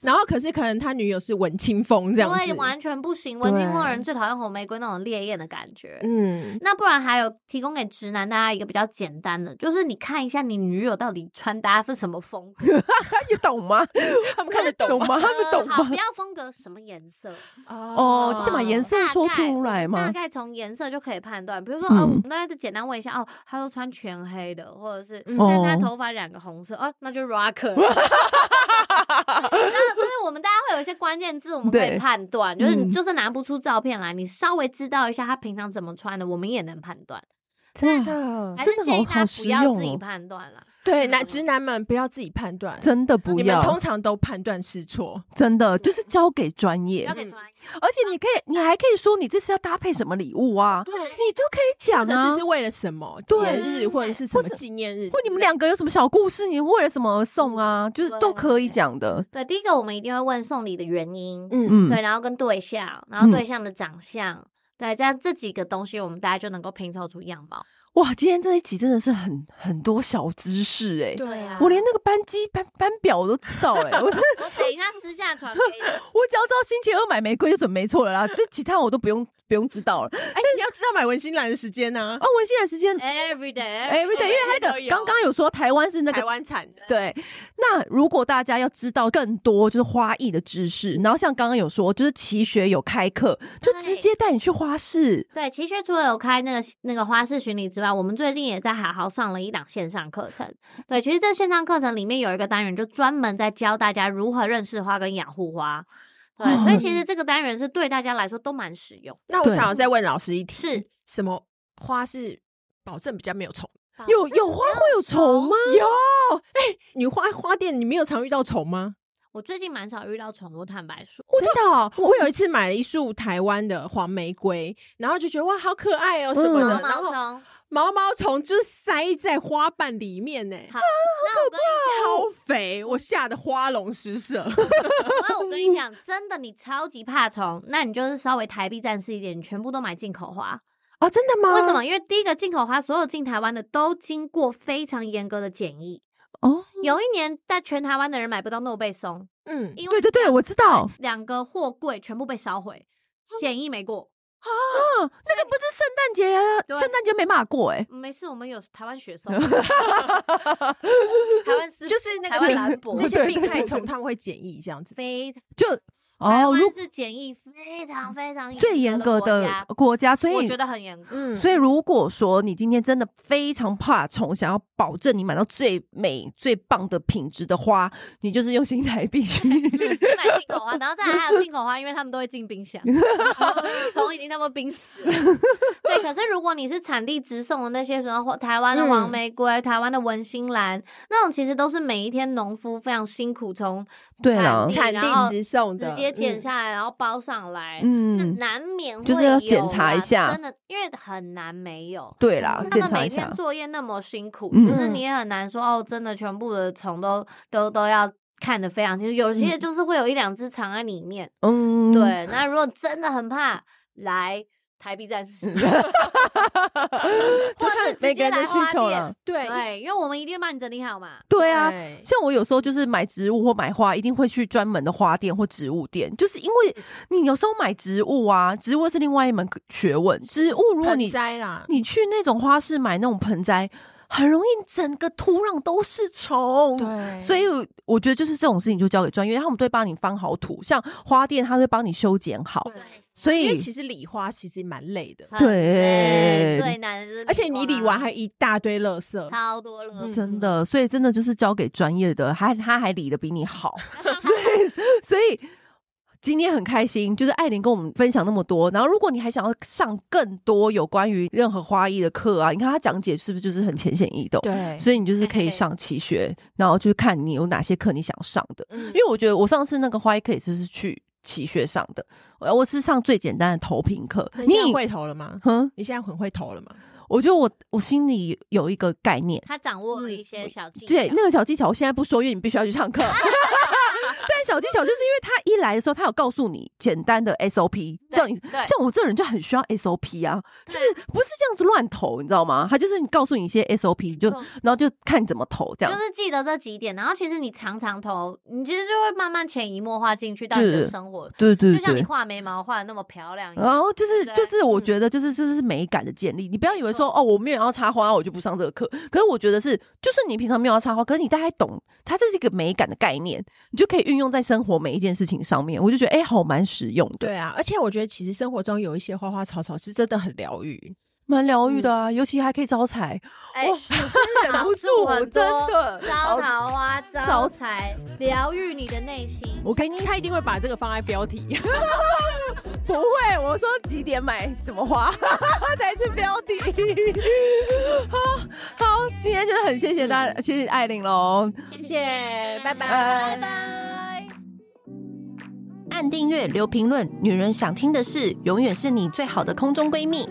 然后可是可能他女友是文青风这样对，子，完全不行。文青风的对人最讨厌红玫瑰那种烈焰的感觉。嗯，那不然还有提供给直男大家一个比较简单的，就是你看一下你女友到底穿搭是什么风格，呃你懂 吗？他们看得懂懂吗？啊他们懂好，不吗？要风格什么颜色，哦，就哦是把颜色大说概出来大嘛。概从颜色就可以判断。比如说，嗯哦，我们大家就简单问一下，哦，他都穿全黑的，或者是嗯但他哦头发染个红色，哦，那就 rocker 了。那就是我们大家会有一些关键字，我们可对以判断，就是嗯你就是拿不出照片来，你稍微知道一下他平常怎么穿的，我们也能判断。真的的还哦真是的建议好好大家实不要自用己哦判断啦。对男直男们不要自己判断，真的不你们要通，嗯常都判断失错，真的就是交给专业交，给专业，而且你可以，你还可以说你这次要搭配什么礼物啊，对，你都可以或讲者啊是。是为了什么节对日或者是什或么者纪念日之类的，或你们两个有什么小故事，你为了什么而送啊？嗯就是都可以讲的。对，第一个我们一定会问送礼的原因，嗯嗯对，然后跟对象，然后对象的长相，对，这样这几个东西我们大家就能够拼凑出样貌。哇，今天这一集真的是很很多小知识哎、对啊我连那个班机班班表我都知道哎、 我真的我等一下私下传给 你，我只要知道星期二买玫瑰就准没错了啦，这其他我都不用不用知道了。哎， 你要知道买文心兰的时间呢 啊，，文心兰时间 every day， every day，因为他那都个有刚刚有说台湾是那台个。湾产的，对，那如果大家要知道更多就是花艺的知识，然后像刚刚有说，就是奇学有开课，就直接带你去花市。对，其实除了有开那个那个花式巡礼之外，我们最近也在好好上了一档线上课程。对，其实这线上课程里面有一个单元，就专门在教大家如何认识花跟养护花。对，所以其嗯实这个单元是对大家来说都蛮实用。那我对想要再问老师一题，是什么花是保证比较没有虫？哦有有花会有虫吗？有，哎、你花花店你没有常遇到虫吗？我最近蛮少遇到宠物，坦白说，真的哦、我有一次买了一束台湾的黄玫瑰，然后就觉得哇，好可爱哦、什么的，然毛毛后虫。毛毛虫就塞在花瓣里面呢、好，那我跟你讲，超肥，我吓得花容失色。那我哦跟 你讲，真的，你超级怕虫，那你就是稍微台币战士一点，你全部都买进口花。哦，真的嗯吗为什？么？因为第一个进口花，所有进台湾的都经过非常严格的检疫。哦，有一年，在全台湾的人买不到诺贝松，嗯，因为对对对，我知道，哦两个货柜全部被烧毁，检疫没过。嗯，那个不是圣诞节对啊，圣诞节没骂过哎，没事，我们有台湾雪 松，台湾丝就是那台个湾病蓝博那些对 病害虫，他们会检疫这样子。非就台哦，湾如嗯是检疫非常非常最严格的国的家，国家，所我以觉得很严格。嗯所以如果说你今天真的非常怕虫，想要保证你买到最美最棒的品质的花，你就是用新台币 去就买进口花，然后再来还有进口花，因为他们都会进冰箱， 虫已经他们冰死了。对，可是如果你是产地直送的那些什么台湾的黄嗯玫瑰、台湾的文心兰，那种其实都是每一天农夫非常辛苦从对啦地产然地后直送的，直接剪嗯下来，然后包上来，那嗯，难免会就是要有检查啦一下真的，因为很难没有。对啦，他检们查每一天下，作业那么辛苦，嗯其实你也很难说哦，真的全部的虫都都都要看得非常清楚，有些就是会有一两只藏在里面。嗯，对，那如果真的很怕，来台币战士，嗯 就或者看是直每个接人来的需花求店。了。对对，因为我们一定会帮你整理好嘛。对啊，像我有时候就是买植物或买花，一定会去专门的花店或植物店，就是因为嗯你有时候买植物啊，植物是另外一门学问。植物如果盆你栽啦，你去那种花市买那种盆栽，很容易整个土壤都是虫。对所以我觉得就是这种事情就交给专业，他们都会帮你翻好土，像花店他会帮你修剪好，对，所因以为其实理花其实蛮累的，很对累最难的就是理而且你理完花还有一大堆垃圾。超多了，真嗯的，所以真的就是交给专业的，还他还理的比你好， 所以所以。今天很开心，就是艾琳跟我们分享那么多。然后，如果你还想要上更多有关于任何花艺的课啊，你看她讲解是不是就是很浅显易懂？对所以你就是可嗯对以上奇学，然后去看你有哪些课你想上的。嗯因为我觉得我上次那个花艺课也就是去奇学上的，呃我我是上最简单的投屏课。那你你现在以会投了吗？哼，你现在很会投了吗？我觉得我我心里有一个概念，他掌握了嗯一些小技巧。对那个小技巧，我现在不说，因为你必须要去 上课。但小技巧就是因为他一来的时候，他有告诉你简单的 SOP，对叫你对像我这人就很需要 SOP 啊，就对是不是这样子乱投，你知道吗？他就是你告诉你一些 SOP，你就没错然后就看你怎么投这样就。是记得这几点，然后其实你常常投，你其实就会慢慢潜移默化进去到你的是生活，对对就对，哦像你画眉毛画的那么漂亮一样。然后就是对就是，我嗯觉得就是这是美感的建立。你不要以为没说哦，我没有要插花，我就不上这个课。可是我觉得是，就是你平常没有要插花，可是你大概懂，它这是一个美感的概念，你就可以运用在生活每一件事情上面。我就觉得哎、好蛮实用的，对啊，而且我觉得其实生活中有一些花花草草是真的很疗愈。蛮疗嗯愈的啊，尤其还可以招财。哎，哇真忍不住很真多的招桃花、招招财，疗愈你的内心。我跟你，他一定会把这个放在标题。 不会，我说几点买什么花 才是标题。 好好，今天真的很谢谢嗯大家，谢谢艾琳喽。谢谢，拜拜。拜拜。按订阅，留评论，女人想听的事，永远是你最好的空中闺蜜。